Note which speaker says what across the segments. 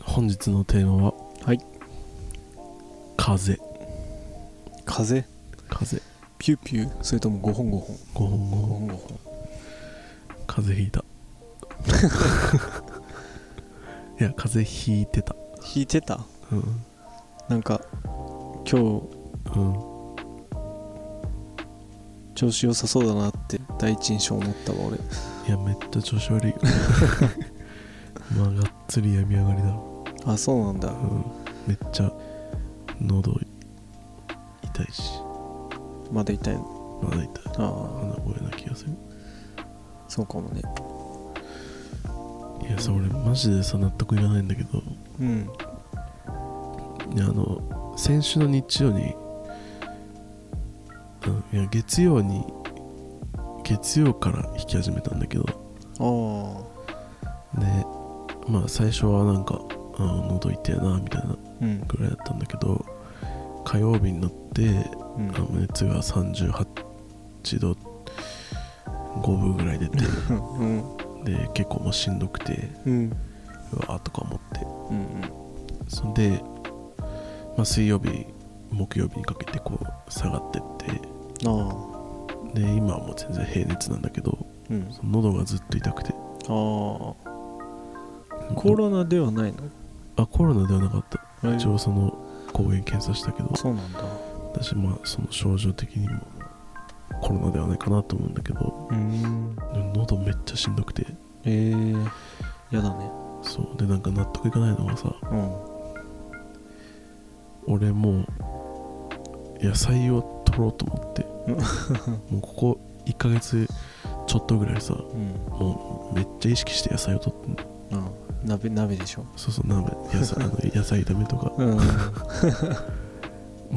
Speaker 1: 本日のテーマは
Speaker 2: はい
Speaker 1: 風
Speaker 2: 風
Speaker 1: 風
Speaker 2: ピューピューそれとも5本5本
Speaker 1: ご
Speaker 2: 5
Speaker 1: ほんごほん
Speaker 2: 本5本
Speaker 1: 風邪ひ いたいや風邪ひいてた
Speaker 2: 引いてた
Speaker 1: うん
Speaker 2: なんか今日
Speaker 1: うん
Speaker 2: 調子良さそうだなって第一印象思ったわ俺
Speaker 1: いやめっちゃ調子 悪いまあがっつり病み上がりだろ
Speaker 2: あそうなんだ
Speaker 1: うんめっちゃ喉痛いし
Speaker 2: まだ痛い
Speaker 1: まだ痛い
Speaker 2: あ
Speaker 1: 鼻声な気がする
Speaker 2: あそうかもね
Speaker 1: いやさ俺マジでさ納得いかないんだけど
Speaker 2: うん
Speaker 1: いやあの先週の日曜に、うん、いや月曜に月曜から弾き始めたんだけどで
Speaker 2: あ
Speaker 1: まあ最初はなんかあ喉痛いなみたいな
Speaker 2: あうん
Speaker 1: ぐらいだったんだけど火曜日になって、
Speaker 2: うん
Speaker 1: あ熱が38度5分ぐらい出て
Speaker 2: うん
Speaker 1: で結構もうしんどくて
Speaker 2: うん
Speaker 1: うわーとか思って
Speaker 2: うん
Speaker 1: そんで、まあ、水曜日木曜日にかけてこう下がってって
Speaker 2: ああ
Speaker 1: で今はもう全然平熱なんだけど
Speaker 2: うん
Speaker 1: その喉がずっと痛くて
Speaker 2: ああコロナではないの
Speaker 1: あコロナではなかった
Speaker 2: 大
Speaker 1: 一
Speaker 2: 丈
Speaker 1: 応その抗原検査したけど
Speaker 2: そうなんだ
Speaker 1: 私まあその症状的にもコロナではないかなと思うんだけど
Speaker 2: うん
Speaker 1: でも喉めっちゃしんどくて
Speaker 2: ええやだね
Speaker 1: そうでなんか納得いかないのがさ
Speaker 2: うん
Speaker 1: 俺もう野菜を取ろうと 思って
Speaker 2: うん
Speaker 1: もうここ1ヶ月ちょっとぐらいさ
Speaker 2: うん
Speaker 1: もうめっちゃ意識して野菜を取ってんの
Speaker 2: ああ鍋鍋でしょ
Speaker 1: そうそう鍋野菜あの野菜炒めとか
Speaker 2: うん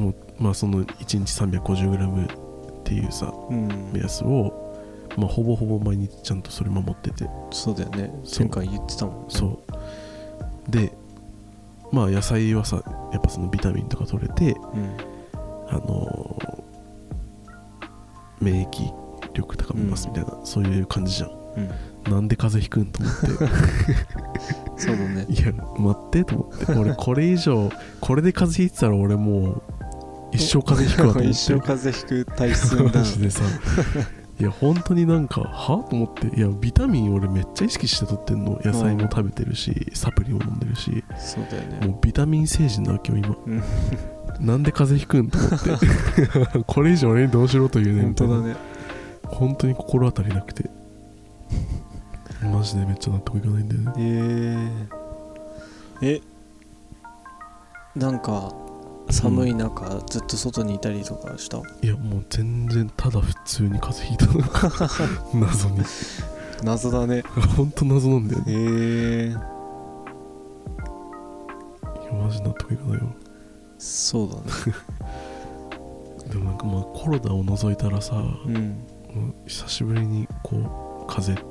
Speaker 1: もうまあその1日 350g っていうさ
Speaker 2: うん
Speaker 1: 目安を、まあ、ほぼほぼ毎日ちゃんとそれ守ってて
Speaker 2: そうだよね
Speaker 1: そう
Speaker 2: 前回言ってたもんね
Speaker 1: そうでまあ野菜はさやっぱそのビタミンとか取れて
Speaker 2: うん
Speaker 1: あのー免疫力高めますみたいな、そういう感じじゃん
Speaker 2: うん
Speaker 1: なんで風邪ひくんと思っ
Speaker 2: そうだね
Speaker 1: て いや待ってと思って俺これ以上これで風邪ひいてたら俺もう一生風邪ひくわと思って
Speaker 2: 一生風邪ひく体 質だ
Speaker 1: マジでさいや本当になんかはと思っていやビタミン俺めっちゃ意識して取ってんの野菜も食べてるし、サプリも飲んでるし
Speaker 2: そうだよね
Speaker 1: もうビタミン成人なわけよ今
Speaker 2: うん
Speaker 1: なんで風邪ひくんと思って これ以上俺にどうしろと言うね
Speaker 2: 本
Speaker 1: んみた
Speaker 2: 当
Speaker 1: いな
Speaker 2: だね
Speaker 1: 本当に心当たりなくてマジでめっちゃ納得いかないんだよね
Speaker 2: えー、えなんか寒い中、ずっと外にいたりとかした
Speaker 1: いやもう全然ただ普通に風邪ひいたの 謎に
Speaker 2: 謎だね
Speaker 1: 本当謎なんだよ
Speaker 2: え
Speaker 1: ね
Speaker 2: ー、
Speaker 1: いやマジ納得いかないよ
Speaker 2: そうだね
Speaker 1: でもなんかまあコロナを除いたらさ、
Speaker 2: うん
Speaker 1: もう久しぶりにこう風邪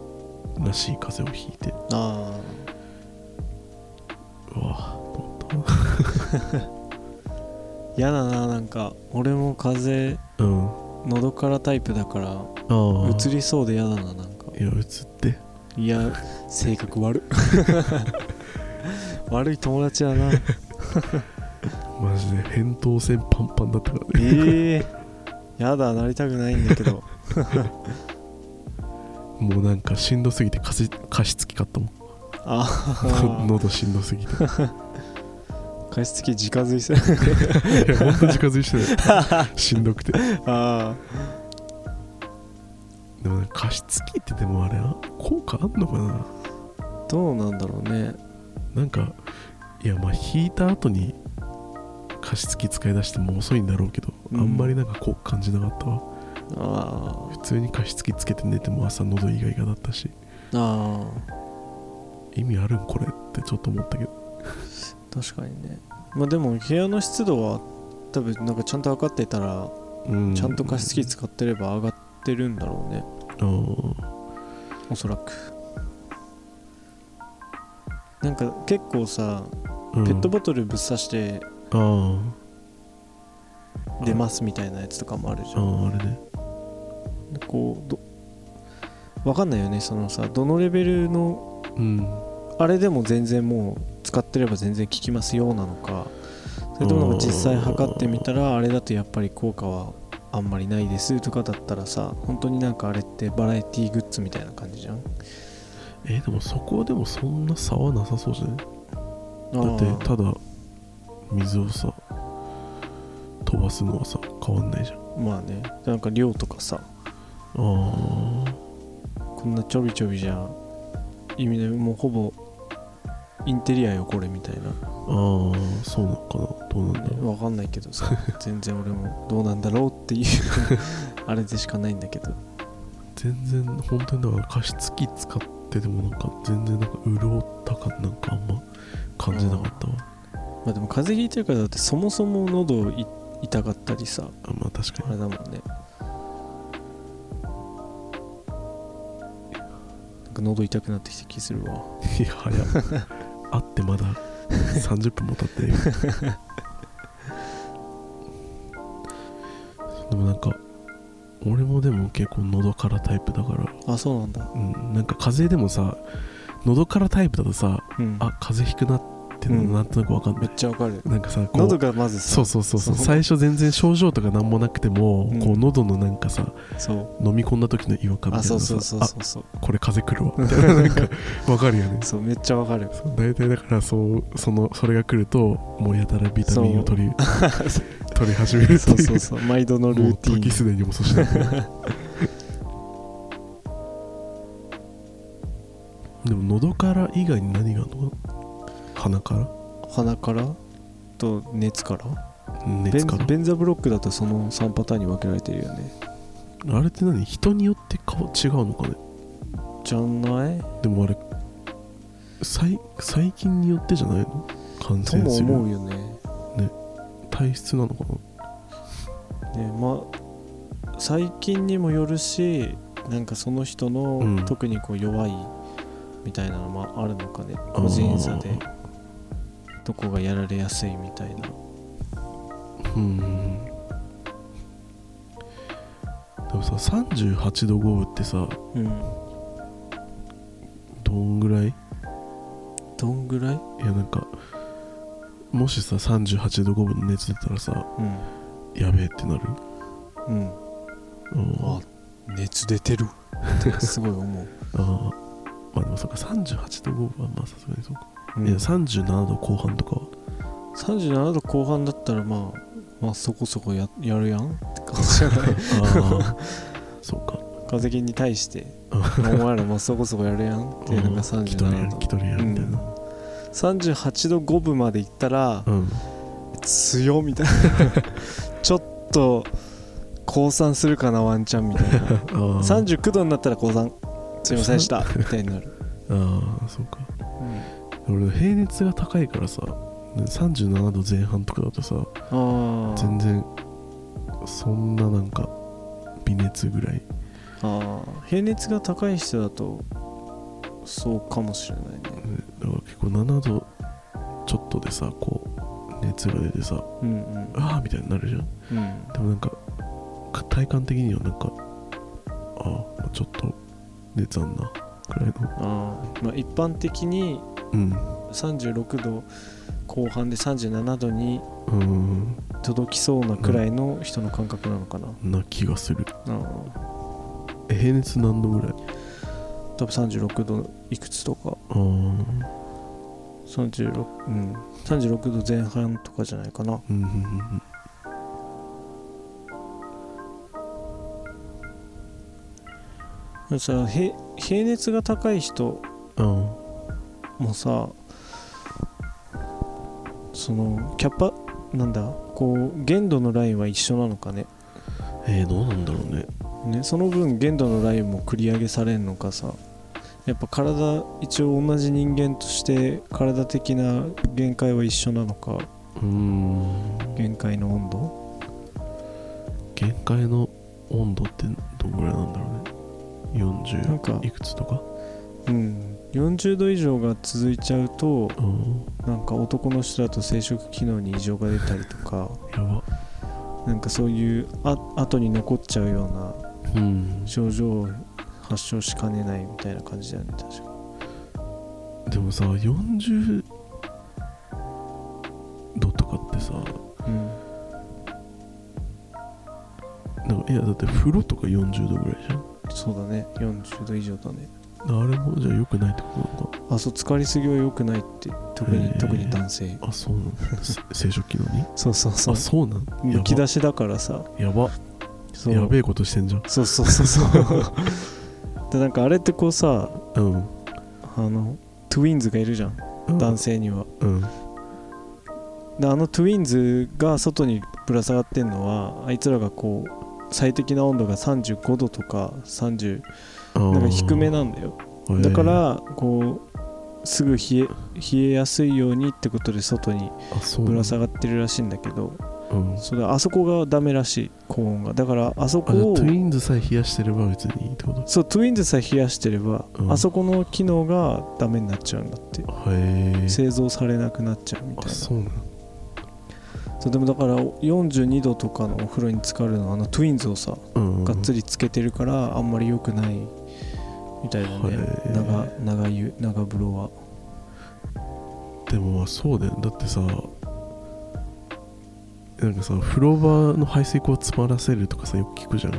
Speaker 1: らしい風邪をひいて
Speaker 2: あ
Speaker 1: うわと思っ
Speaker 2: あ嫌だななんか俺も風邪
Speaker 1: たうん
Speaker 2: 喉からタイプだから
Speaker 1: ああ
Speaker 2: 移りそうで嫌だななんか
Speaker 1: いやうつって
Speaker 2: いや性格悪 っ悪い友達だ な
Speaker 1: マジで扁桃腺パンパンだったから ね
Speaker 2: ええー、やだなりたくないんだけ ど
Speaker 1: もうなんかしんどすぎて加湿加湿器買ったもん
Speaker 2: ああ
Speaker 1: 喉しんどす ぎてい
Speaker 2: 加湿器直付いする
Speaker 1: やほんと近づいしてるしんどくて
Speaker 2: あ
Speaker 1: でもなんか加湿器ってでもあれは効果あんのかな
Speaker 2: あどうなんだろうね
Speaker 1: なんかいやまあ引いた後に加湿器使い出しても遅いんだろうけど、
Speaker 2: うん
Speaker 1: あんまりなんか効果感じなかったわ
Speaker 2: あ
Speaker 1: 普通に加湿器つけて寝ても朝喉イガイガだったし
Speaker 2: あああ
Speaker 1: 意味あるんこれってちょっと思ったけど
Speaker 2: 確かにねまあでも部屋の湿度は多分なんかちゃんと測ってたら、
Speaker 1: うん
Speaker 2: ちゃんと加湿器使ってれば上がってるんだろうね
Speaker 1: うん
Speaker 2: おそらくなんか結構さ、
Speaker 1: うん
Speaker 2: ペットボトルぶっ刺して
Speaker 1: ああ
Speaker 2: 出ますみたいなやつとかもあるじゃ
Speaker 1: あ
Speaker 2: ん、
Speaker 1: ああれね
Speaker 2: こうどわかんないよねそのさどのレベルの
Speaker 1: うん
Speaker 2: あれでも全然もう使ってれば全然効きますようなのかそれともなんか実際測ってみたらあれだとやっぱり効果はあんまりないですとかだったらさ本当になんかあれってバラエティグッズみたいな感じじゃん
Speaker 1: えーでもそこはでもそんな差はなさそうじゃない
Speaker 2: だ
Speaker 1: だってただ水をさ飛ばすのはさ変わんないじゃんあ
Speaker 2: まあねなんか量とかさ
Speaker 1: あ
Speaker 2: こんなちょびちょびじゃ意味ないもうほぼインテリアよこれみたいな
Speaker 1: ああそうなのかなどうなんだろ
Speaker 2: わかんないけど さ全然俺もどうなんだろう っていうあれでしかないんだけど
Speaker 1: う全然本当にだから加湿器使ってでもなんか全然なんか潤った感なんかあんま感じなかったわ、
Speaker 2: まあでも風邪ひいてるからだってそもそも喉い痛かったりさ
Speaker 1: あまあ確か
Speaker 2: あれだもんねなんか喉痛くなってきた気するわ
Speaker 1: に いや早っ 会ってまだ30分も経ってるよでもなんか俺もでも結構喉からタイプだから
Speaker 2: あそうなんだ
Speaker 1: うん、なんか風邪でもさ喉からタイプだとさ
Speaker 2: うん
Speaker 1: あ風邪ひくなっての
Speaker 2: うん
Speaker 1: なんとなくわかんな
Speaker 2: め
Speaker 1: い
Speaker 2: っ、ちゃわかる
Speaker 1: なんかさこう
Speaker 2: 喉がまずさ
Speaker 1: そうそうそうそう
Speaker 2: そう
Speaker 1: 最初全然症状とか何もなくても、
Speaker 2: うん
Speaker 1: こう喉のなんかさ
Speaker 2: そう
Speaker 1: 飲み込んだ時の違和感み
Speaker 2: あ
Speaker 1: たいな
Speaker 2: そ
Speaker 1: の
Speaker 2: うそう
Speaker 1: さ
Speaker 2: そうそうそう
Speaker 1: あこれ風邪来るわみたいななんか わかるよね
Speaker 2: そうめっちゃわかる
Speaker 1: そう大体だからそうそのそれが来るともうやたらビタミンを取り 取り始めるって
Speaker 2: そ
Speaker 1: いう
Speaker 2: うそうそう毎度のル
Speaker 1: も
Speaker 2: ー
Speaker 1: う
Speaker 2: ティン
Speaker 1: 時すでに遅 しだけどでも喉から以外に何があるの鼻か
Speaker 2: 鼻からと熱から
Speaker 1: ら熱から
Speaker 2: ベンベンザブロックだとその3パターンに分けられてるよね
Speaker 1: あれって何人によって顔違うのかね
Speaker 2: じゃない
Speaker 1: でもあれ細細菌によってじゃないの感
Speaker 2: と
Speaker 1: 染
Speaker 2: も
Speaker 1: する
Speaker 2: 思うよね
Speaker 1: 体質なのか
Speaker 2: ねまあ最近にもよるしなんかその人の、
Speaker 1: うん
Speaker 2: 特にこう弱いみたいなのもあるのかね
Speaker 1: ー
Speaker 2: 個人差でどこがやられやすいみたいな
Speaker 1: なうんでもさ38度豪雨ってさ
Speaker 2: うん
Speaker 1: どんぐらい
Speaker 2: どんぐらい
Speaker 1: いやなんかもしさ38度5分の熱だったらさ
Speaker 2: うん
Speaker 1: やべえってなる、
Speaker 2: うん
Speaker 1: うん、
Speaker 2: あ熱出てるってすごい思 う、
Speaker 1: あーまあでもそっか38度5分はまあさすがにそうか、
Speaker 2: うん
Speaker 1: いや37度後半とかは
Speaker 2: 37度後半だったらまあまあそこそこややるやん って感じじゃない
Speaker 1: ああそうか
Speaker 2: 風邪に対して
Speaker 1: あ
Speaker 2: お前らまあそこそこやるやんってなんか
Speaker 1: うん来とる
Speaker 2: 37
Speaker 1: やん
Speaker 2: 度
Speaker 1: 来とるやんみたいな
Speaker 2: 38度5分までいったら
Speaker 1: うん、
Speaker 2: 強みたい なちょっと降参するかなワンチャンみたいな
Speaker 1: ああ
Speaker 2: 39度になったら降参すいませんでしたみたいになる、
Speaker 1: ああそうか俺平熱が高いからさ37度前半とかだとさ
Speaker 2: あー
Speaker 1: 全然そんななんか微熱ぐらい
Speaker 2: あー平熱が高い人だとそうかもしれないね
Speaker 1: ねだから結構7度ちょっとでさこう熱が出てさ
Speaker 2: うんうん
Speaker 1: ああみたいになるじゃん
Speaker 2: うん
Speaker 1: でもなんかか体感的にはなんかああちょっと熱あんなくらいの
Speaker 2: あーまあ、一般的に
Speaker 1: うん
Speaker 2: 36度後半で37度に
Speaker 1: うーん
Speaker 2: 届きそうなくらいの人の感覚なのかな、
Speaker 1: な気がする
Speaker 2: あ
Speaker 1: え平熱何度ぐらい
Speaker 2: ー多分36度いくつとか
Speaker 1: ああ
Speaker 2: 36, うん、36度前半とかじゃないかな
Speaker 1: うんうんうん
Speaker 2: さ平平熱が高い人
Speaker 1: うん
Speaker 2: もさそのキャパなんだこう限度のラインは一緒なのかね
Speaker 1: えー、どうなんだろうね
Speaker 2: ねその分限度のラインも繰り上げされるのかさやっぱ体一応同じ人間として体的な限界は一緒なのか
Speaker 1: うーん
Speaker 2: 限界の温度
Speaker 1: 限界の温度ってどんぐらいなんだろうね
Speaker 2: なんか
Speaker 1: 40いくつとか
Speaker 2: うん40度以上が続いちゃうと
Speaker 1: うん
Speaker 2: なんか男の人だと生殖機能に異常が出たりとか
Speaker 1: やば
Speaker 2: なんかそういうあ後に残っちゃうような
Speaker 1: うん
Speaker 2: 症状を発症しかねないみたいな感じだよね確か
Speaker 1: でもさ40度とかってさ
Speaker 2: うん
Speaker 1: なんかいやだって風呂とか40度ぐらいじゃん
Speaker 2: そうだね40度以上だね
Speaker 1: あれもじゃあ良くないってことなのか
Speaker 2: あそう疲れすぎは良くないって特に
Speaker 1: へー
Speaker 2: 特に男性
Speaker 1: あそうなんだせ生殖機能に
Speaker 2: そうそうそ
Speaker 1: あ
Speaker 2: う
Speaker 1: そうなん
Speaker 2: むき出しだからさ
Speaker 1: やば
Speaker 2: そう
Speaker 1: やべえことしてんじゃん
Speaker 2: そうそうそうそうでなんかあれってこう さ
Speaker 1: うん
Speaker 2: あのトゥインズがいるじゃん
Speaker 1: うん
Speaker 2: 男性には
Speaker 1: うん
Speaker 2: であのトゥインズが外にぶら下がってんのはあいつらがこう最適な温度が35度とか30なんか低めなんだよ
Speaker 1: うん
Speaker 2: だからこうすぐ冷え冷えやすいようにってことで外に
Speaker 1: えーあそう
Speaker 2: ぶ
Speaker 1: な
Speaker 2: ら
Speaker 1: んだ
Speaker 2: 下がってるらしいんだけど
Speaker 1: うんあ
Speaker 2: それあそこがダメらしい高温がだからあそこ
Speaker 1: じゃあ
Speaker 2: を
Speaker 1: トゥインズさえ冷やしてれば別にいいってこと
Speaker 2: そうトゥインズさえ冷やしてれば、
Speaker 1: うん
Speaker 2: あそこの機能がダメになっちゃうんだって
Speaker 1: へえ
Speaker 2: 製造されなくなっちゃうみたい
Speaker 1: あ
Speaker 2: なそ
Speaker 1: そうなんだ
Speaker 2: うでもだから42度とかのお風呂に浸かるのはあのトゥインズをさ、
Speaker 1: うん
Speaker 2: がっつ
Speaker 1: り
Speaker 2: りつけてるからあんまり良くないみたいなね、
Speaker 1: へー
Speaker 2: 長長湯長風呂は
Speaker 1: でもまあそうだよねだってさなんかさ風呂場の排水口を詰まらせるとかさよく聞くじゃん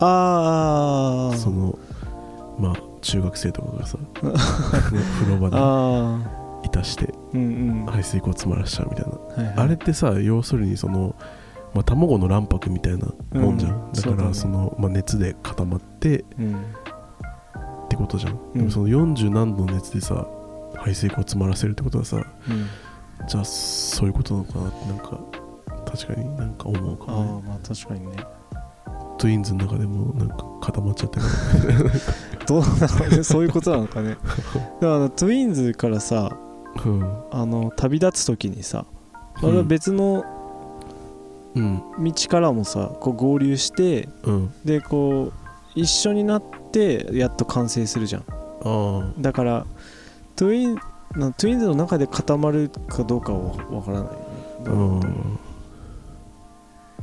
Speaker 2: あー
Speaker 1: そのまあ中学生とか がさ、ね、風呂場
Speaker 2: あ
Speaker 1: でいたして
Speaker 2: ーうんうん、
Speaker 1: 排水口を詰まらしちゃうみたいな、
Speaker 2: はいはい
Speaker 1: あれってさ要するにその、まあ、卵の卵白みたいなもんじゃん、
Speaker 2: うん
Speaker 1: だか
Speaker 2: そうだね
Speaker 1: らその、まあ、熱で固まって
Speaker 2: うん
Speaker 1: ってことじゃん、
Speaker 2: うん
Speaker 1: でもその40何度の熱でさ排水口を詰まらせるってことはさ
Speaker 2: うん
Speaker 1: じゃあそういうことなのかなってなんか確かになんか思うかもね
Speaker 2: ああまあ確かにね
Speaker 1: トゥインズの中でもなんか固まっちゃってる
Speaker 2: どうなの そういうことなのかねでもあのトゥインズからさ
Speaker 1: うん
Speaker 2: あの旅立つ時にさまた別の
Speaker 1: うん
Speaker 2: 道からもさこう合流して
Speaker 1: うん
Speaker 2: でこう一緒になってやっと完成するじゃん
Speaker 1: ああ
Speaker 2: だからトゥインなトゥインズの中で固まるかどうかはわからないよねど
Speaker 1: う
Speaker 2: うなん
Speaker 1: ん
Speaker 2: だろ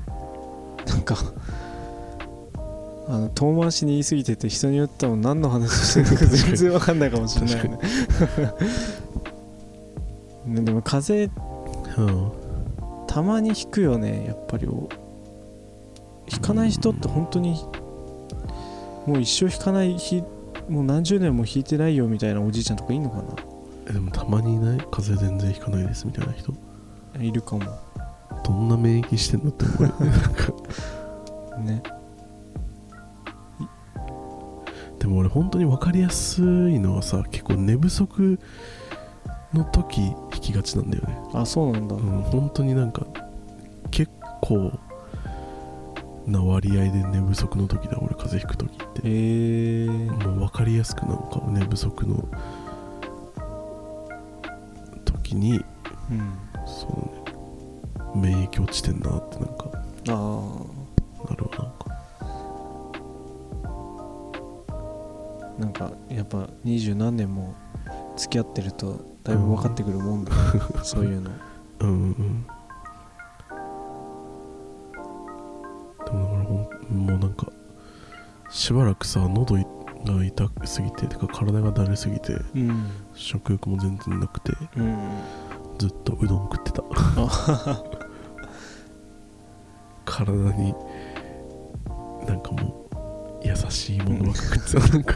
Speaker 2: うなんかあの遠回しに言い過ぎてて人によっても何の話してるのか全然わかんないかもしれないよねね でも風
Speaker 1: うん
Speaker 2: たまに引くよねやっぱりお引かない人って本当にもう一生引かない日もう何十年も引いてないよみたいなおじいちゃんとかいんのか
Speaker 1: えでもたまにいない風邪全然ひかないですみたいな人
Speaker 2: ないるかも
Speaker 1: どんな免疫してんのって思うよねなんか
Speaker 2: ね
Speaker 1: でも俺本当に分かりやすいのはさ結構寝不足の時引きがちなんだよね
Speaker 2: あそうなんだ、
Speaker 1: うん本当になんか結構な割合で寝不足の時だ俺風邪ひく時って
Speaker 2: えー、
Speaker 1: もう分かりやすくなんか寝不足の時に
Speaker 2: うん
Speaker 1: そうね免疫落ちてんなってなんか
Speaker 2: あー
Speaker 1: なるわなんか
Speaker 2: なんかやっぱ二十何年も付き合ってるとだいぶ分かってくるもんだ、そういうの
Speaker 1: うんうんうんでもだからほんもうなんかしばらくさ喉いが痛すぎててか体がだるすぎて
Speaker 2: うん
Speaker 1: 食欲も全然なくて
Speaker 2: うん
Speaker 1: ずっとうどん食 ってた体になんかもう優しいものばっか食 ってたなんか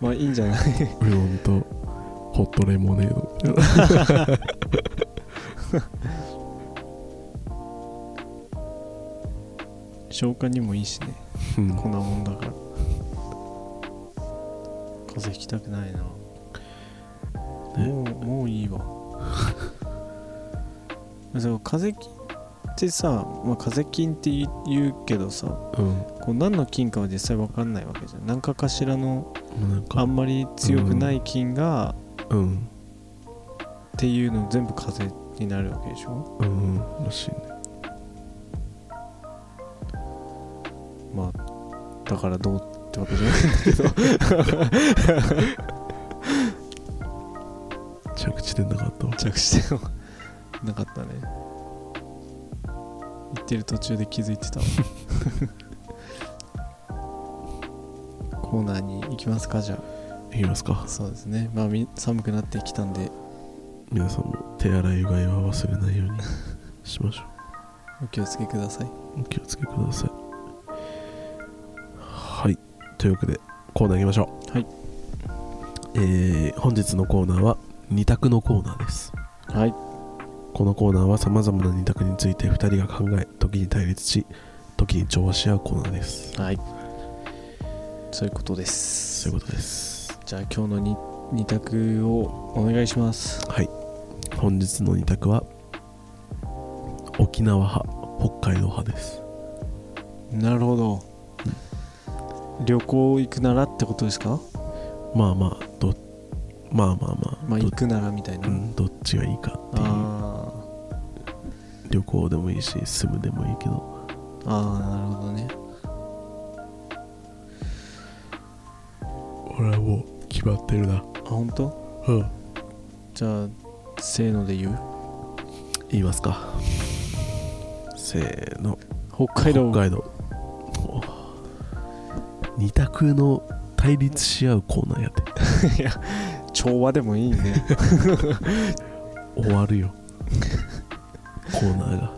Speaker 2: まあいいんじゃない
Speaker 1: うどんとホットレモネード
Speaker 2: 消化にもいいしね
Speaker 1: うん
Speaker 2: こんなもんだから風邪ひきたくないな、
Speaker 1: ね
Speaker 2: もうもういいわそう風邪きっってさ、まあ、風邪菌って言う言うけどさ
Speaker 1: うんも
Speaker 2: こう何の菌かは実際分かんないわけじゃん何かかしらの
Speaker 1: うなん
Speaker 2: あ
Speaker 1: か
Speaker 2: んまり強くない菌が、
Speaker 1: うん
Speaker 2: っていうの全部風邪になるわけでしょ
Speaker 1: うんらしいね
Speaker 2: まあだからどうってわけじゃないんだけど
Speaker 1: 着地点なかったわ
Speaker 2: 着地点はなかったね言ってる途中で気づいて たわコーナーに行きますかじゃ
Speaker 1: いきますか
Speaker 2: あそうですねまあみ寒くなってきたんで
Speaker 1: 皆さんも手洗いうがいは忘れないようにしましょ
Speaker 2: お気をつけくださいう
Speaker 1: お気をつけくださいはいというわけでコーナーいきましょう
Speaker 2: はい
Speaker 1: えー本日のコーナーは二択のコーナーです
Speaker 2: はい
Speaker 1: このコーナーはさまざまな二択について2人が考え時に対立し時に調和し合うコーナーです
Speaker 2: はいそういうことです
Speaker 1: そういうことです
Speaker 2: じゃあ今日のに二択をお願いします
Speaker 1: はい本日の二択は沖縄派北海道派です
Speaker 2: なるほど旅行行くならってことですか
Speaker 1: まあまあどまあまあまあ
Speaker 2: まあ
Speaker 1: ど
Speaker 2: 行くならみたいな、
Speaker 1: うん、どっちがいいかっていう
Speaker 2: あ
Speaker 1: 旅行でもいいし住むでもいいけど
Speaker 2: ーあーなるほどね
Speaker 1: 俺はもう決まってるな
Speaker 2: あ本当
Speaker 1: うん
Speaker 2: じゃあせーので言う
Speaker 1: 言いますかせーの
Speaker 2: 北 海道
Speaker 1: 北海道お二択の対立し合うコーナーやって
Speaker 2: 調和でもいいね
Speaker 1: 終わる よコーナーが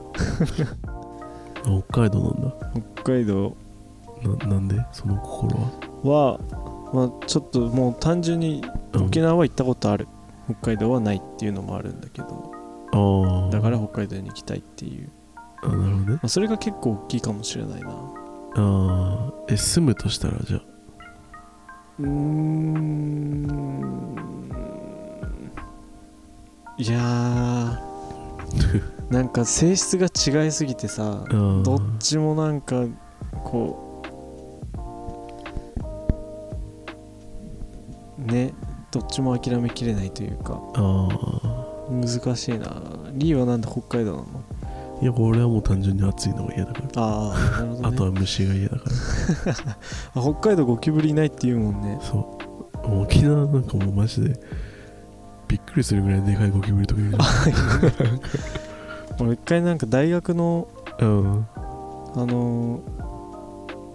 Speaker 1: あ北海道な
Speaker 2: 北海道
Speaker 1: んだななんでその心は、
Speaker 2: は、まあ、ちょっともう単純に
Speaker 1: うん
Speaker 2: 沖縄は行ったことある北海道はないっていうのもあるんだけど
Speaker 1: ああ
Speaker 2: だから北海道に行きたいっていう、
Speaker 1: あなるほどね
Speaker 2: まあ、それが結構大きいかもしれないな
Speaker 1: ああえ住むとしたらじゃあ
Speaker 2: うーんいや ーなんか性質が違いすぎてさ
Speaker 1: うん
Speaker 2: どっちもなんかこうねどっちも諦めきれないというか
Speaker 1: あ
Speaker 2: 難しいなリーはなんで北海道なの
Speaker 1: あいや俺はもう単純に暑いのが嫌だから
Speaker 2: ああなるほど、
Speaker 1: あ
Speaker 2: ね、
Speaker 1: とは虫が嫌だか
Speaker 2: あ北海道ゴキブリいないって言うもんね
Speaker 1: らそうもう沖縄なんかもうマジでびっくりするぐらいでかいゴキブリと かいるじ
Speaker 2: 俺一回なんか大学の
Speaker 1: ゃんうん
Speaker 2: あのー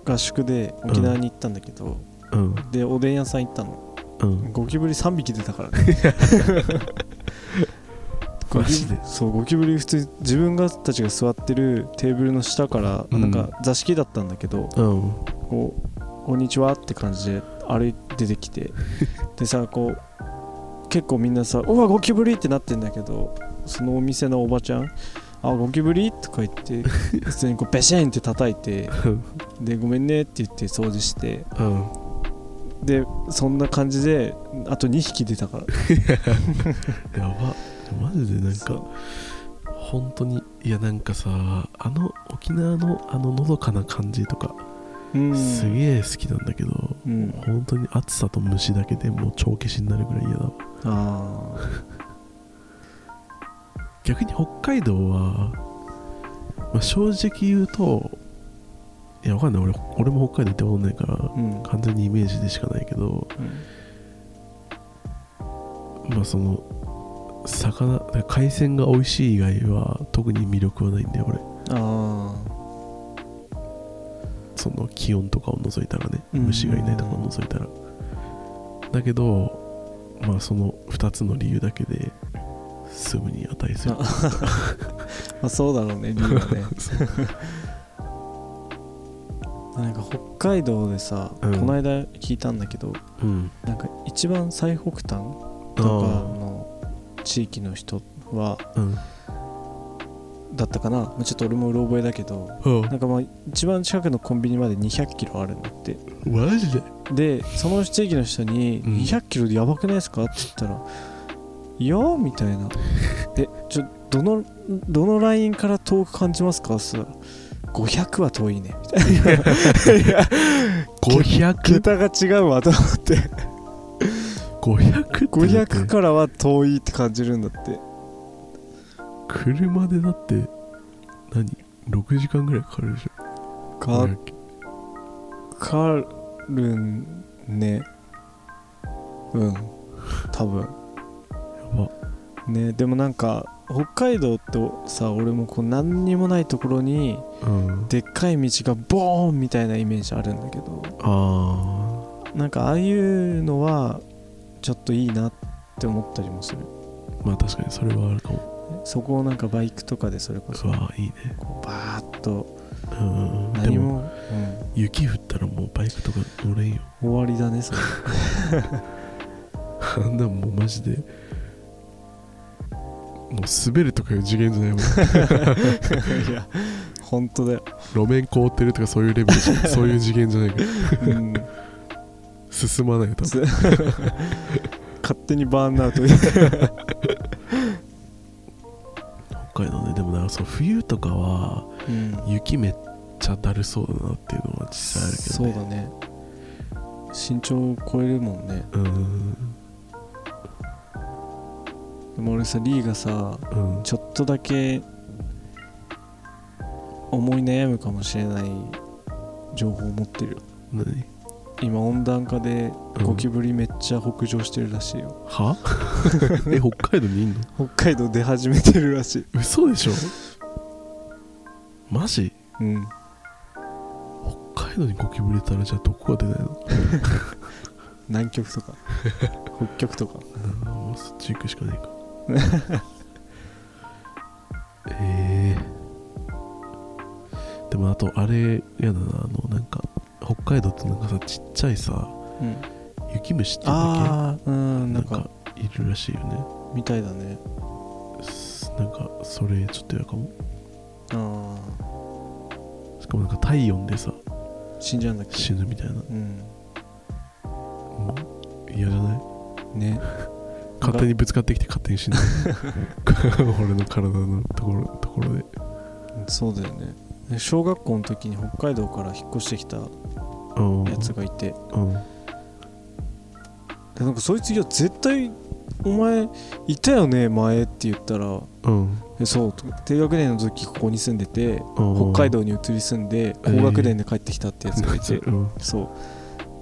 Speaker 2: 合宿で沖縄に行ったんだけど、
Speaker 1: うん
Speaker 2: でおでん屋さん行ったの
Speaker 1: うん
Speaker 2: ゴキブリ3匹出たからねゴ
Speaker 1: マ
Speaker 2: キ
Speaker 1: ジ
Speaker 2: ブ
Speaker 1: で
Speaker 2: リそうゴキブリ普通に自分がたちが座ってるテーブルの下から、
Speaker 1: うん
Speaker 2: なんか座敷だったんだけど
Speaker 1: うん
Speaker 2: こうこんにちはって感じで歩いて出てきてでさこう結構みんなさ「うわゴキブリ!」ってなってんだけどそのお店のおばちゃん「あゴキブリ?」とか言って普通にこうベシーンって叩いてで「ごめんね」って言って掃除して
Speaker 1: うん
Speaker 2: でそんな感じであと2匹出たから
Speaker 1: やばマジでなん
Speaker 2: そう
Speaker 1: か本当にいやなんかさあの沖縄のあののどかな感じとか、
Speaker 2: うん
Speaker 1: す
Speaker 2: え、
Speaker 1: げえ好きなんだけど、
Speaker 2: うん、
Speaker 1: 本当に暑さと虫だけでもう帳消しになるぐらい嫌だわ
Speaker 2: あー
Speaker 1: 逆に北海道は、まあ正直言うといやわかんない俺俺も北海道行ったことないから
Speaker 2: うん、うん
Speaker 1: 完全にイメージでしかないけどまあその魚海鮮が美味しい以外は特に魅力はないんだよ俺
Speaker 2: あ
Speaker 1: その気温とかを除いたらね
Speaker 2: うん
Speaker 1: 虫がいないとかを除いたら、だけどまあその2つの理由だけで住むに値す
Speaker 2: ー
Speaker 1: る
Speaker 2: あまあそうだろうね理由はねなんか北海道でさ、
Speaker 1: うん
Speaker 2: この間聞いたんだけど
Speaker 1: うん
Speaker 2: なんか一番最北端
Speaker 1: あ
Speaker 2: とか
Speaker 1: あ
Speaker 2: の地域の人は
Speaker 1: うん
Speaker 2: だったかなまあちょっと俺もうろ覚えだけど
Speaker 1: うん
Speaker 2: なんかまあ一番近くのコンビニまで2 0 0キロあるんだって
Speaker 1: マジで
Speaker 2: でその地域の人に「
Speaker 1: うん
Speaker 2: 2 0 0キロでやばくないですか?」って言ったら「いや」みたいな「えちょどのどのラインから遠く感じますかす500は遠いねみたいな
Speaker 1: 500?500
Speaker 2: 桁が違うわ と思って
Speaker 1: 500ってだって
Speaker 2: 500からは遠いって感じるんだって
Speaker 1: 車でだって何6時間ぐらいかかるでしょ
Speaker 2: か
Speaker 1: 500
Speaker 2: かるんねうん多分
Speaker 1: や
Speaker 2: ねでもなんか北海道ってさ俺もこう何にもないところに
Speaker 1: ばうん
Speaker 2: でっかい道がボーンみたいなイメージあるんだけど
Speaker 1: あ
Speaker 2: なんかああいうのはちょっといいなって思ったりもする
Speaker 1: ーまあ確かにそれはあるかも
Speaker 2: そこをなんかバイクとかでそれこ
Speaker 1: う
Speaker 2: そ
Speaker 1: わいいね
Speaker 2: こうバーッと
Speaker 1: うんうんうんで
Speaker 2: 何
Speaker 1: も
Speaker 2: も、
Speaker 1: 雪降ったらもうバイクとか乗れんよ
Speaker 2: うん、終わりだねそれ
Speaker 1: あんなんもうマジでもう滑るとかいう次元じゃ ないもん
Speaker 2: いや本当だよ、
Speaker 1: 路面凍ってるとかそういうレベルじゃそういう次元じゃないか
Speaker 2: う
Speaker 1: ら
Speaker 2: ん、
Speaker 1: 進 まないよ多分
Speaker 2: す勝手にバーンアウトう
Speaker 1: 北海道ねでもだからそう冬とかは
Speaker 2: ん
Speaker 1: 雪めっちゃだるそうだなっていうのは実際あるけど、
Speaker 2: そうだね身長を超えるもんね
Speaker 1: うーん
Speaker 2: でも俺さリーがさ
Speaker 1: うん
Speaker 2: ちょっとだけ思い悩むかもしれない情報を持ってる
Speaker 1: 何
Speaker 2: 今温暖化で
Speaker 1: うん
Speaker 2: ゴキブリめっちゃ北上してるらしいよ、
Speaker 1: は え北海道にいん の
Speaker 2: 北海道出始めてるらしい
Speaker 1: 嘘でしょマジ
Speaker 2: うん
Speaker 1: 北海道にゴキブリいたらじゃあどこが出ないの
Speaker 2: 南極 とか北極とか
Speaker 1: あーもうそっち行くしかな いかえーでもあとあれやだなあのなんか北海道ってなんかさちっちゃいさ
Speaker 2: うん
Speaker 1: 雪虫っていうんだっ
Speaker 2: ああう
Speaker 1: け
Speaker 2: ん
Speaker 1: な
Speaker 2: なんんか
Speaker 1: かいるらしいよね
Speaker 2: みたいだね
Speaker 1: すなんかそれちょっとやかも
Speaker 2: あ
Speaker 1: しかもなんか体温でさ
Speaker 2: あ死んじゃうんだっけ
Speaker 1: 死ぬみたいな
Speaker 2: うん
Speaker 1: もう嫌じゃない
Speaker 2: ね
Speaker 1: 勝手にぶつかってきて勝手に 死ぬ 俺の体のところところで
Speaker 2: そうだよねで小学校の時に北海道から引っ越してきたや
Speaker 1: うん
Speaker 2: つがいて
Speaker 1: うん
Speaker 2: でなんかそいつ「いや絶対お前いたよね前」って言ったら
Speaker 1: うん
Speaker 2: 「えそう」と低学年の時ここに住んでて
Speaker 1: うん
Speaker 2: 北海道に移り住んで
Speaker 1: えー
Speaker 2: 高学年で帰ってきたってやつがいて、
Speaker 1: うん
Speaker 2: そう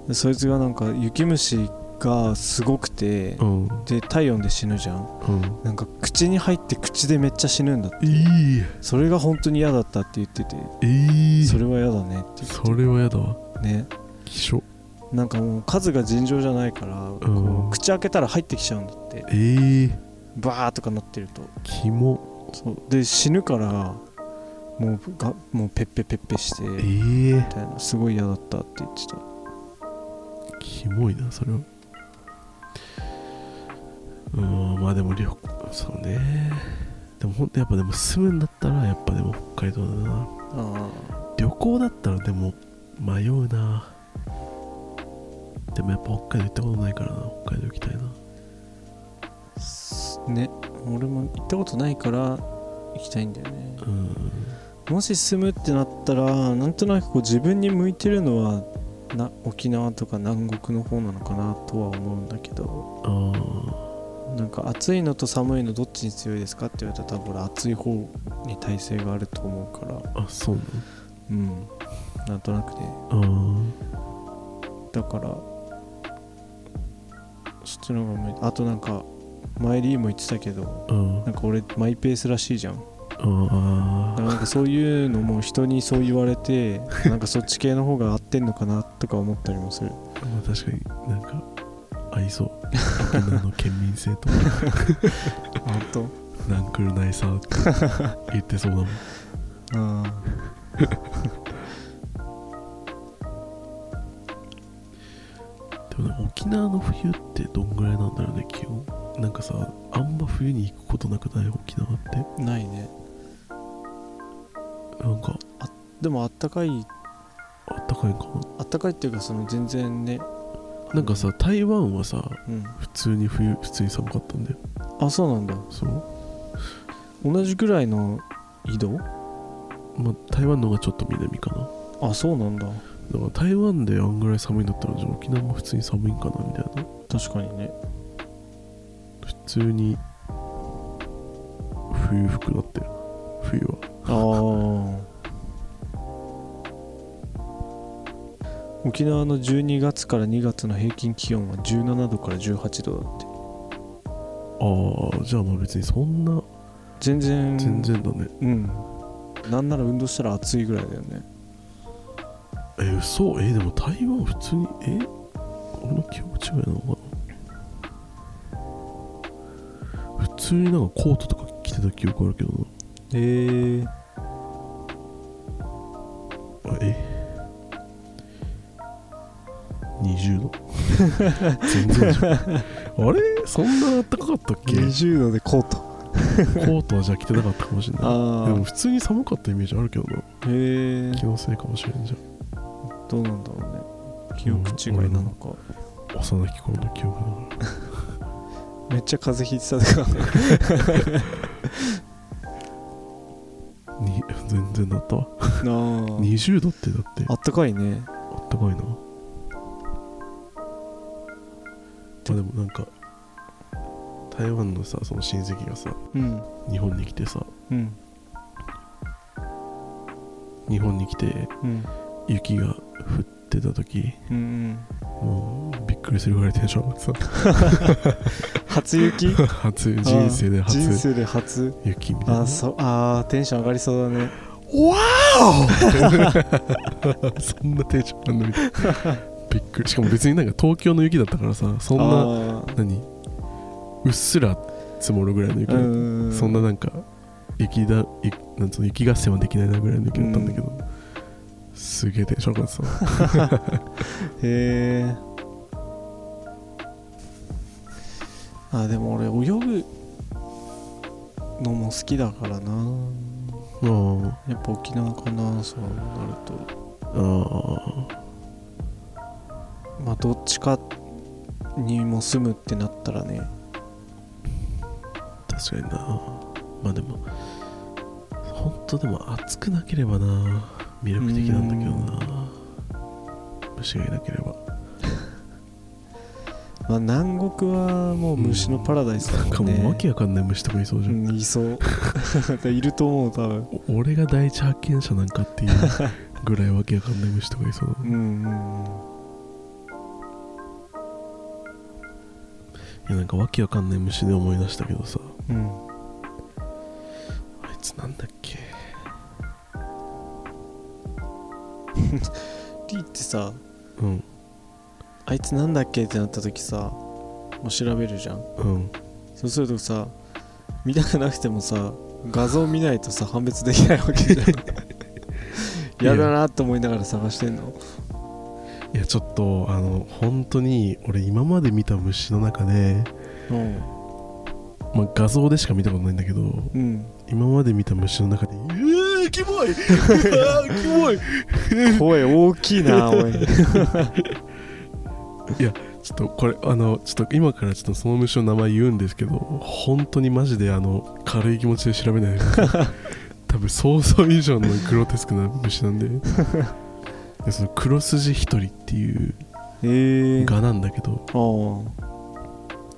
Speaker 2: でそいつがなんか雪虫がすごくて、
Speaker 1: うん
Speaker 2: で体温で死ぬじゃん
Speaker 1: うん
Speaker 2: なんか口に入って口でめっちゃ死ぬんだって
Speaker 1: いい
Speaker 2: それが本当に嫌だったって言ってて
Speaker 1: いい
Speaker 2: そ
Speaker 1: それ
Speaker 2: れは嫌だねって
Speaker 1: はやだわ
Speaker 2: ね
Speaker 1: 希少
Speaker 2: なんかもう数が尋常じゃないから、こう口開けたら入ってきちゃうんだって
Speaker 1: えー、
Speaker 2: バーとかなってると
Speaker 1: キモ
Speaker 2: そうで死ぬからもうがもうペッペペッペして
Speaker 1: え
Speaker 2: み
Speaker 1: ー、
Speaker 2: たいなすごい嫌だったって言ってた
Speaker 1: キモいなそれはうんまあでも旅そうねでもほんとやっぱでも住むんだったらやっぱでも北海道だな
Speaker 2: あ
Speaker 1: 旅行だったらでも迷うなでもやっぱ北海道行ったことないからな北海道行きたいな
Speaker 2: あすね俺も行ったことないから行きたいんだよね
Speaker 1: うん
Speaker 2: もし住むってなったらなんとなくこう自分に向いてるのはな沖縄とか南国の方なのかなとは思うんだけど
Speaker 1: あ
Speaker 2: なんか暑いのと寒いのどっちに強いですかって言われたら多分俺暑い方に耐性があると思うから
Speaker 1: ーあそうな
Speaker 2: うんなんとなくね
Speaker 1: の
Speaker 2: だからそっちの方が向いてあとなんか前リーも言ってたけど
Speaker 1: あーうん
Speaker 2: なんか俺マイペースらしいじゃんだ
Speaker 1: あ
Speaker 2: からなんかそういうのも人にそう言われてなんかそっち系の方が合ってんのかなとか思ったりもする
Speaker 1: あまあ確かになんか合いそう沖縄の県民性と
Speaker 2: 本当
Speaker 1: ナンクルナイサーって言ってそうだもん
Speaker 2: あ
Speaker 1: でもね沖縄の冬ってどんぐらいなんだろうね気温なんかさあんま冬に行くことなくない沖縄って
Speaker 2: あないね
Speaker 1: なんか
Speaker 2: でもあったかい
Speaker 1: あったかいんか
Speaker 2: あったかいっていうかその全然ね
Speaker 1: ななんかさ台湾はさ
Speaker 2: うん
Speaker 1: 普通に冬普通に寒かったんだよ
Speaker 2: あそうなんだ
Speaker 1: そう
Speaker 2: 同じぐらいの緯度
Speaker 1: まあ、台湾の方がちょっと南かな
Speaker 2: あそうなんだ
Speaker 1: だから台湾であんぐらい寒いんだったらじゃあ沖縄も普通に寒いんかなみたいな
Speaker 2: 確かにね
Speaker 1: 普通に冬服だったよ冬は
Speaker 2: ああ沖縄の12月から2月の平均気温は17度から18度だって
Speaker 1: ああじゃあまあ別にそんな
Speaker 2: 全然
Speaker 1: 全然だね、
Speaker 2: うんなんなら運動したら暑いぐらいだよね
Speaker 1: え嘘えでも台湾普通にえ俺の記憶違いなのかな普通になんかコートとか着てた記憶あるけどな
Speaker 2: へえ
Speaker 1: あえ20度全然じゃんあれそんな暖かかったっけコ
Speaker 2: 20度でコート
Speaker 1: ートはじゃあ着てなかったかもしれない
Speaker 2: あ
Speaker 1: でも普通に寒かったイメージあるけどな
Speaker 2: あへえ
Speaker 1: 気のせいかもしれんじゃん
Speaker 2: どうなんだろうね記憶違いなのか、
Speaker 1: 幼き頃の記憶だから
Speaker 2: めっちゃ風邪ひいて たとか
Speaker 1: に全然だったわ
Speaker 2: な
Speaker 1: 20度ってだって
Speaker 2: ああったかいね
Speaker 1: あったかいなまあでもなんか台湾のさその親戚がさ
Speaker 2: うん
Speaker 1: 日本に来てさ
Speaker 2: うん
Speaker 1: 日本に来て
Speaker 2: うん
Speaker 1: 雪が降ってた時
Speaker 2: うんうん
Speaker 1: もうびっくりするぐらいテンション上がって
Speaker 2: 初雪
Speaker 1: た 初人生で
Speaker 2: 人
Speaker 1: 初
Speaker 2: 生で初
Speaker 1: 雪みたいな
Speaker 2: あそあーテンション上がりそうだね
Speaker 1: わーおそんなテンションなんだみたいなびっくりしかも別になんか東京の雪だったからさそんな
Speaker 2: あー
Speaker 1: 何うっすら積もるぐらいの雪だった
Speaker 2: う
Speaker 1: そんななんか雪だ雪なんつうの雪合戦はできないなぐらいの雪だったんだけど、すげえテンション上がってた
Speaker 2: へえあでも俺泳ぐのも好きだからな
Speaker 1: うんあ
Speaker 2: やっぱ沖縄かなそうなると
Speaker 1: あ
Speaker 2: まあどっちかにも住むってなったらね
Speaker 1: 確かになまあでも本当でも暑くなければな魅力的なんだけどな虫がいなければ
Speaker 2: まあ南国はもう虫のパラダイス
Speaker 1: なん
Speaker 2: だ
Speaker 1: か
Speaker 2: もんね、
Speaker 1: もうわけわかんない虫とかいそうじゃ、
Speaker 2: うんんいそう いると思う多分
Speaker 1: お俺が第一発見者なん かっていうぐらいわけわかんない虫とかいそうだもん
Speaker 2: うんうんうん
Speaker 1: いやなんかわけわかんない虫で思い出したけどさ
Speaker 2: うん
Speaker 1: あいつなんだっけ
Speaker 2: リってさ
Speaker 1: うん
Speaker 2: あいつなんだっけってなった時さもう調べるじゃん
Speaker 1: うん
Speaker 2: そうするとさ見たくなくてもさ画像見ないとさ判別できないわけじゃん嫌だなと思いながら探してんの
Speaker 1: いやちょっとあの本当に俺今まで見た虫の中で、
Speaker 2: うん
Speaker 1: まあ、画像でしか見たことないんだけど
Speaker 2: うん
Speaker 1: 今まで見た虫の中で「うわーキモい! 」 「キモい!
Speaker 2: 声大きいなおい
Speaker 1: ちょっとこれあのちょっと今からちょっとその虫の名前言うんですけど本当にマジであの軽い気持ちで調べないでください多分想像以上のグロテスクな虫なんででその黒筋一人っていう
Speaker 2: ええ
Speaker 1: 蛾なんだけど
Speaker 2: あー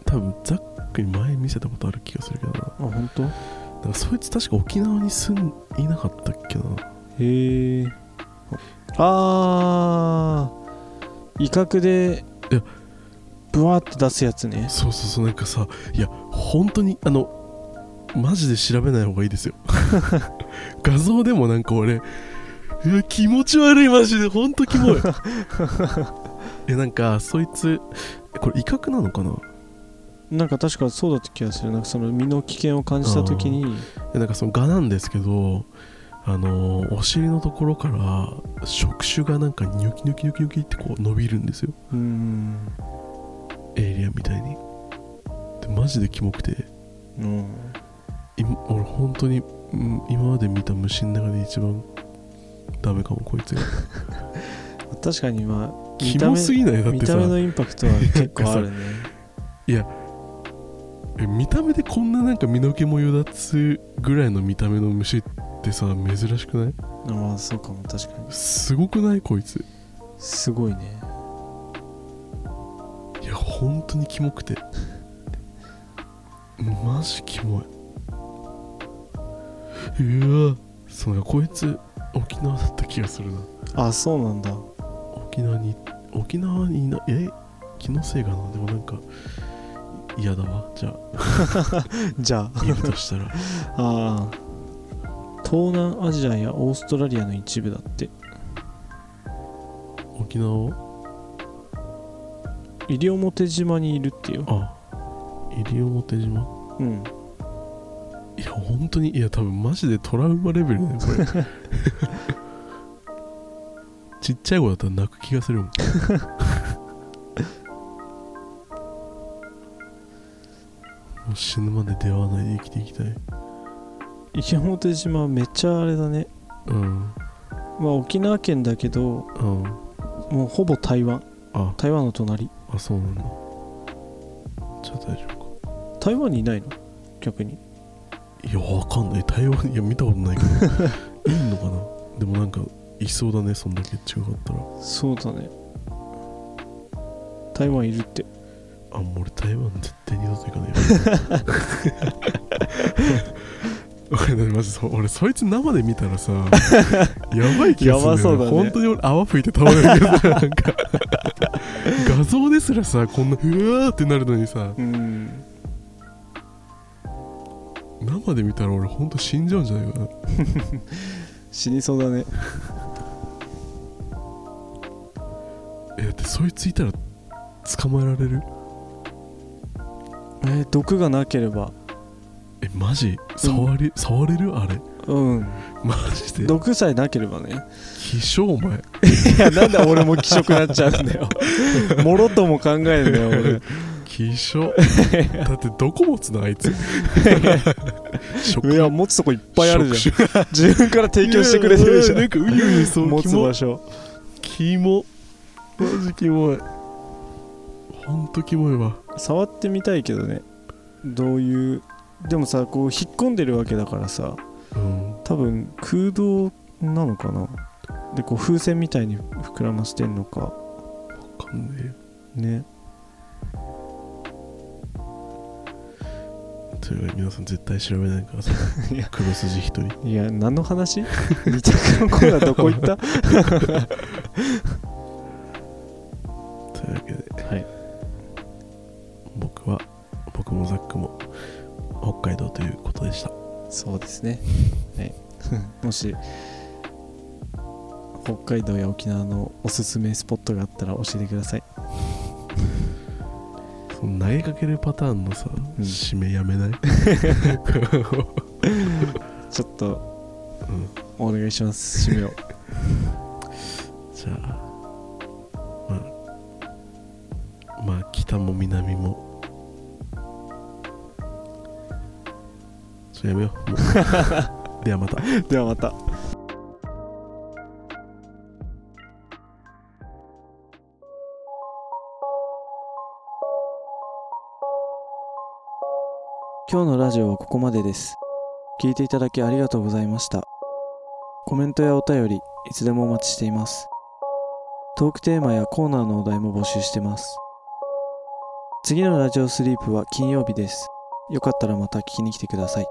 Speaker 1: 多分ざっくり前見せたことある気がするけどな
Speaker 2: あ本当？
Speaker 1: だからそいつ確か沖縄に住んいなかったっけな
Speaker 2: へえあー威嚇で
Speaker 1: いや
Speaker 2: ブワーって出すやつね
Speaker 1: そうそうそうなんかさいや本当にあのマジで調べない方がいいですよ 画像でもなんか俺いや気持ち悪いマジで本当キモいいやなんかそいつこれ威嚇なのかない
Speaker 2: なんか確かそうだった気がするなんかその身の危険を感じた時に
Speaker 1: やなんかその蛾なんですけどあのお尻のところから触手がなんかニョキニョキニョキニョキってこう伸びるんですよ
Speaker 2: うん
Speaker 1: エイリアンみたいにでマジでキモくて
Speaker 2: うん
Speaker 1: 今俺本当にうん今まで見た虫の中で一番ダメかもこいつが
Speaker 2: 確かにまあ
Speaker 1: キモすぎないだっ
Speaker 2: 見
Speaker 1: て
Speaker 2: た
Speaker 1: さ
Speaker 2: 目のインパクトは結構あるね。
Speaker 1: ええ見た目でこんななんか身の毛もよだつぐらいの見た目の虫ってさ珍しくない
Speaker 2: ああそうかも確かに
Speaker 1: すごくないこいつ
Speaker 2: すごいね
Speaker 1: いや本当にキモくてマジキモいうわそうだこいつ沖縄だった気がするな
Speaker 2: あそうなんだ
Speaker 1: 沖縄に沖縄にいなえ気のせいかなでもなんか嫌だわじゃ
Speaker 2: じゃあ
Speaker 1: あいるとしたら
Speaker 2: ああ東南アジアやオーストラリアの一部だって
Speaker 1: 沖縄を
Speaker 2: 西表島にいるってよ
Speaker 1: あ西表島
Speaker 2: うん
Speaker 1: いや本当にいや多分マジでトラウマレベルだよこれ ちっちゃい子だったら泣く気がするもん もう死ぬまで出会わないで生きていきたい
Speaker 2: 西表島めっちゃあれだね
Speaker 1: うん
Speaker 2: まあ沖縄県だけど
Speaker 1: うん
Speaker 2: もうほぼ台湾
Speaker 1: あ
Speaker 2: 台湾の隣
Speaker 1: あそうなんだじゃあ大丈夫
Speaker 2: 台湾にいないの逆に
Speaker 1: かいやわかんない台湾いや見たことないけ どいいのかなでもなんかいそうだねそんだけ違かったら
Speaker 2: そうだね台湾いるって
Speaker 1: あもう俺台湾絶対二度と 行かないよ俺だってマジそう俺そいつ生で見たら さやばい気が
Speaker 2: や
Speaker 1: するんだよ、ね、
Speaker 2: ばそうだね
Speaker 1: 本当に俺泡吹いて倒れるけどさなんか画像ですらさこんなうわーってなるのにさ
Speaker 2: うん
Speaker 1: 生で見たら俺本当死んじゃうんじゃないかな
Speaker 2: 死にそうだね
Speaker 1: えだってそいついたら捕まえられる
Speaker 2: えー毒がなければ
Speaker 1: えマジ触り、触れるあれ
Speaker 2: うん
Speaker 1: マジで
Speaker 2: 毒さえなければね
Speaker 1: 希少お前
Speaker 2: いやなんで俺も気色なっちゃうんだ よもろとも考えんだよ俺
Speaker 1: 希少だってどこ持つのあいつ食
Speaker 2: いや持つとこいっぱいあるじ
Speaker 1: ゃん
Speaker 2: ゃん自分から提供してくれてるじゃ
Speaker 1: なん
Speaker 2: ん
Speaker 1: かうゆうゆそう
Speaker 2: 持
Speaker 1: キ
Speaker 2: つ
Speaker 1: モ
Speaker 2: 場所
Speaker 1: キモマジキモいほんとキモいわ
Speaker 2: 触ってみたいけどねどういうでもさこう引っ込んでるわけだからさ
Speaker 1: うん
Speaker 2: 多分空洞なのかなでこう風船みたいに膨らましてんのか
Speaker 1: わかんねえよ
Speaker 2: ね
Speaker 1: というわけで皆さん絶対調べないからさ
Speaker 2: いや
Speaker 1: 黒筋一人
Speaker 2: いや何の 話二択のコーナーどこ行った
Speaker 1: というわけで
Speaker 2: はい
Speaker 1: 僕は僕もザックも北海道ということでした
Speaker 2: そうですね、はい、 もし北海道や沖縄のおすすめスポットがあったら教えてください
Speaker 1: その投げかけるパターンのさ、
Speaker 2: うん
Speaker 1: 締めやめない
Speaker 2: ちょっと、お願いします締めを
Speaker 1: じゃあまあまあ北も南もそれやめようもうではまた
Speaker 2: ではまた今日のラジオはここまでです聞いていただきありがとうございましたコメントやお便りいつでもお待ちしていますトークテーマやコーナーのお題も募集してます次のラジオスリープは金曜日ですよかったらまた聞きに来てください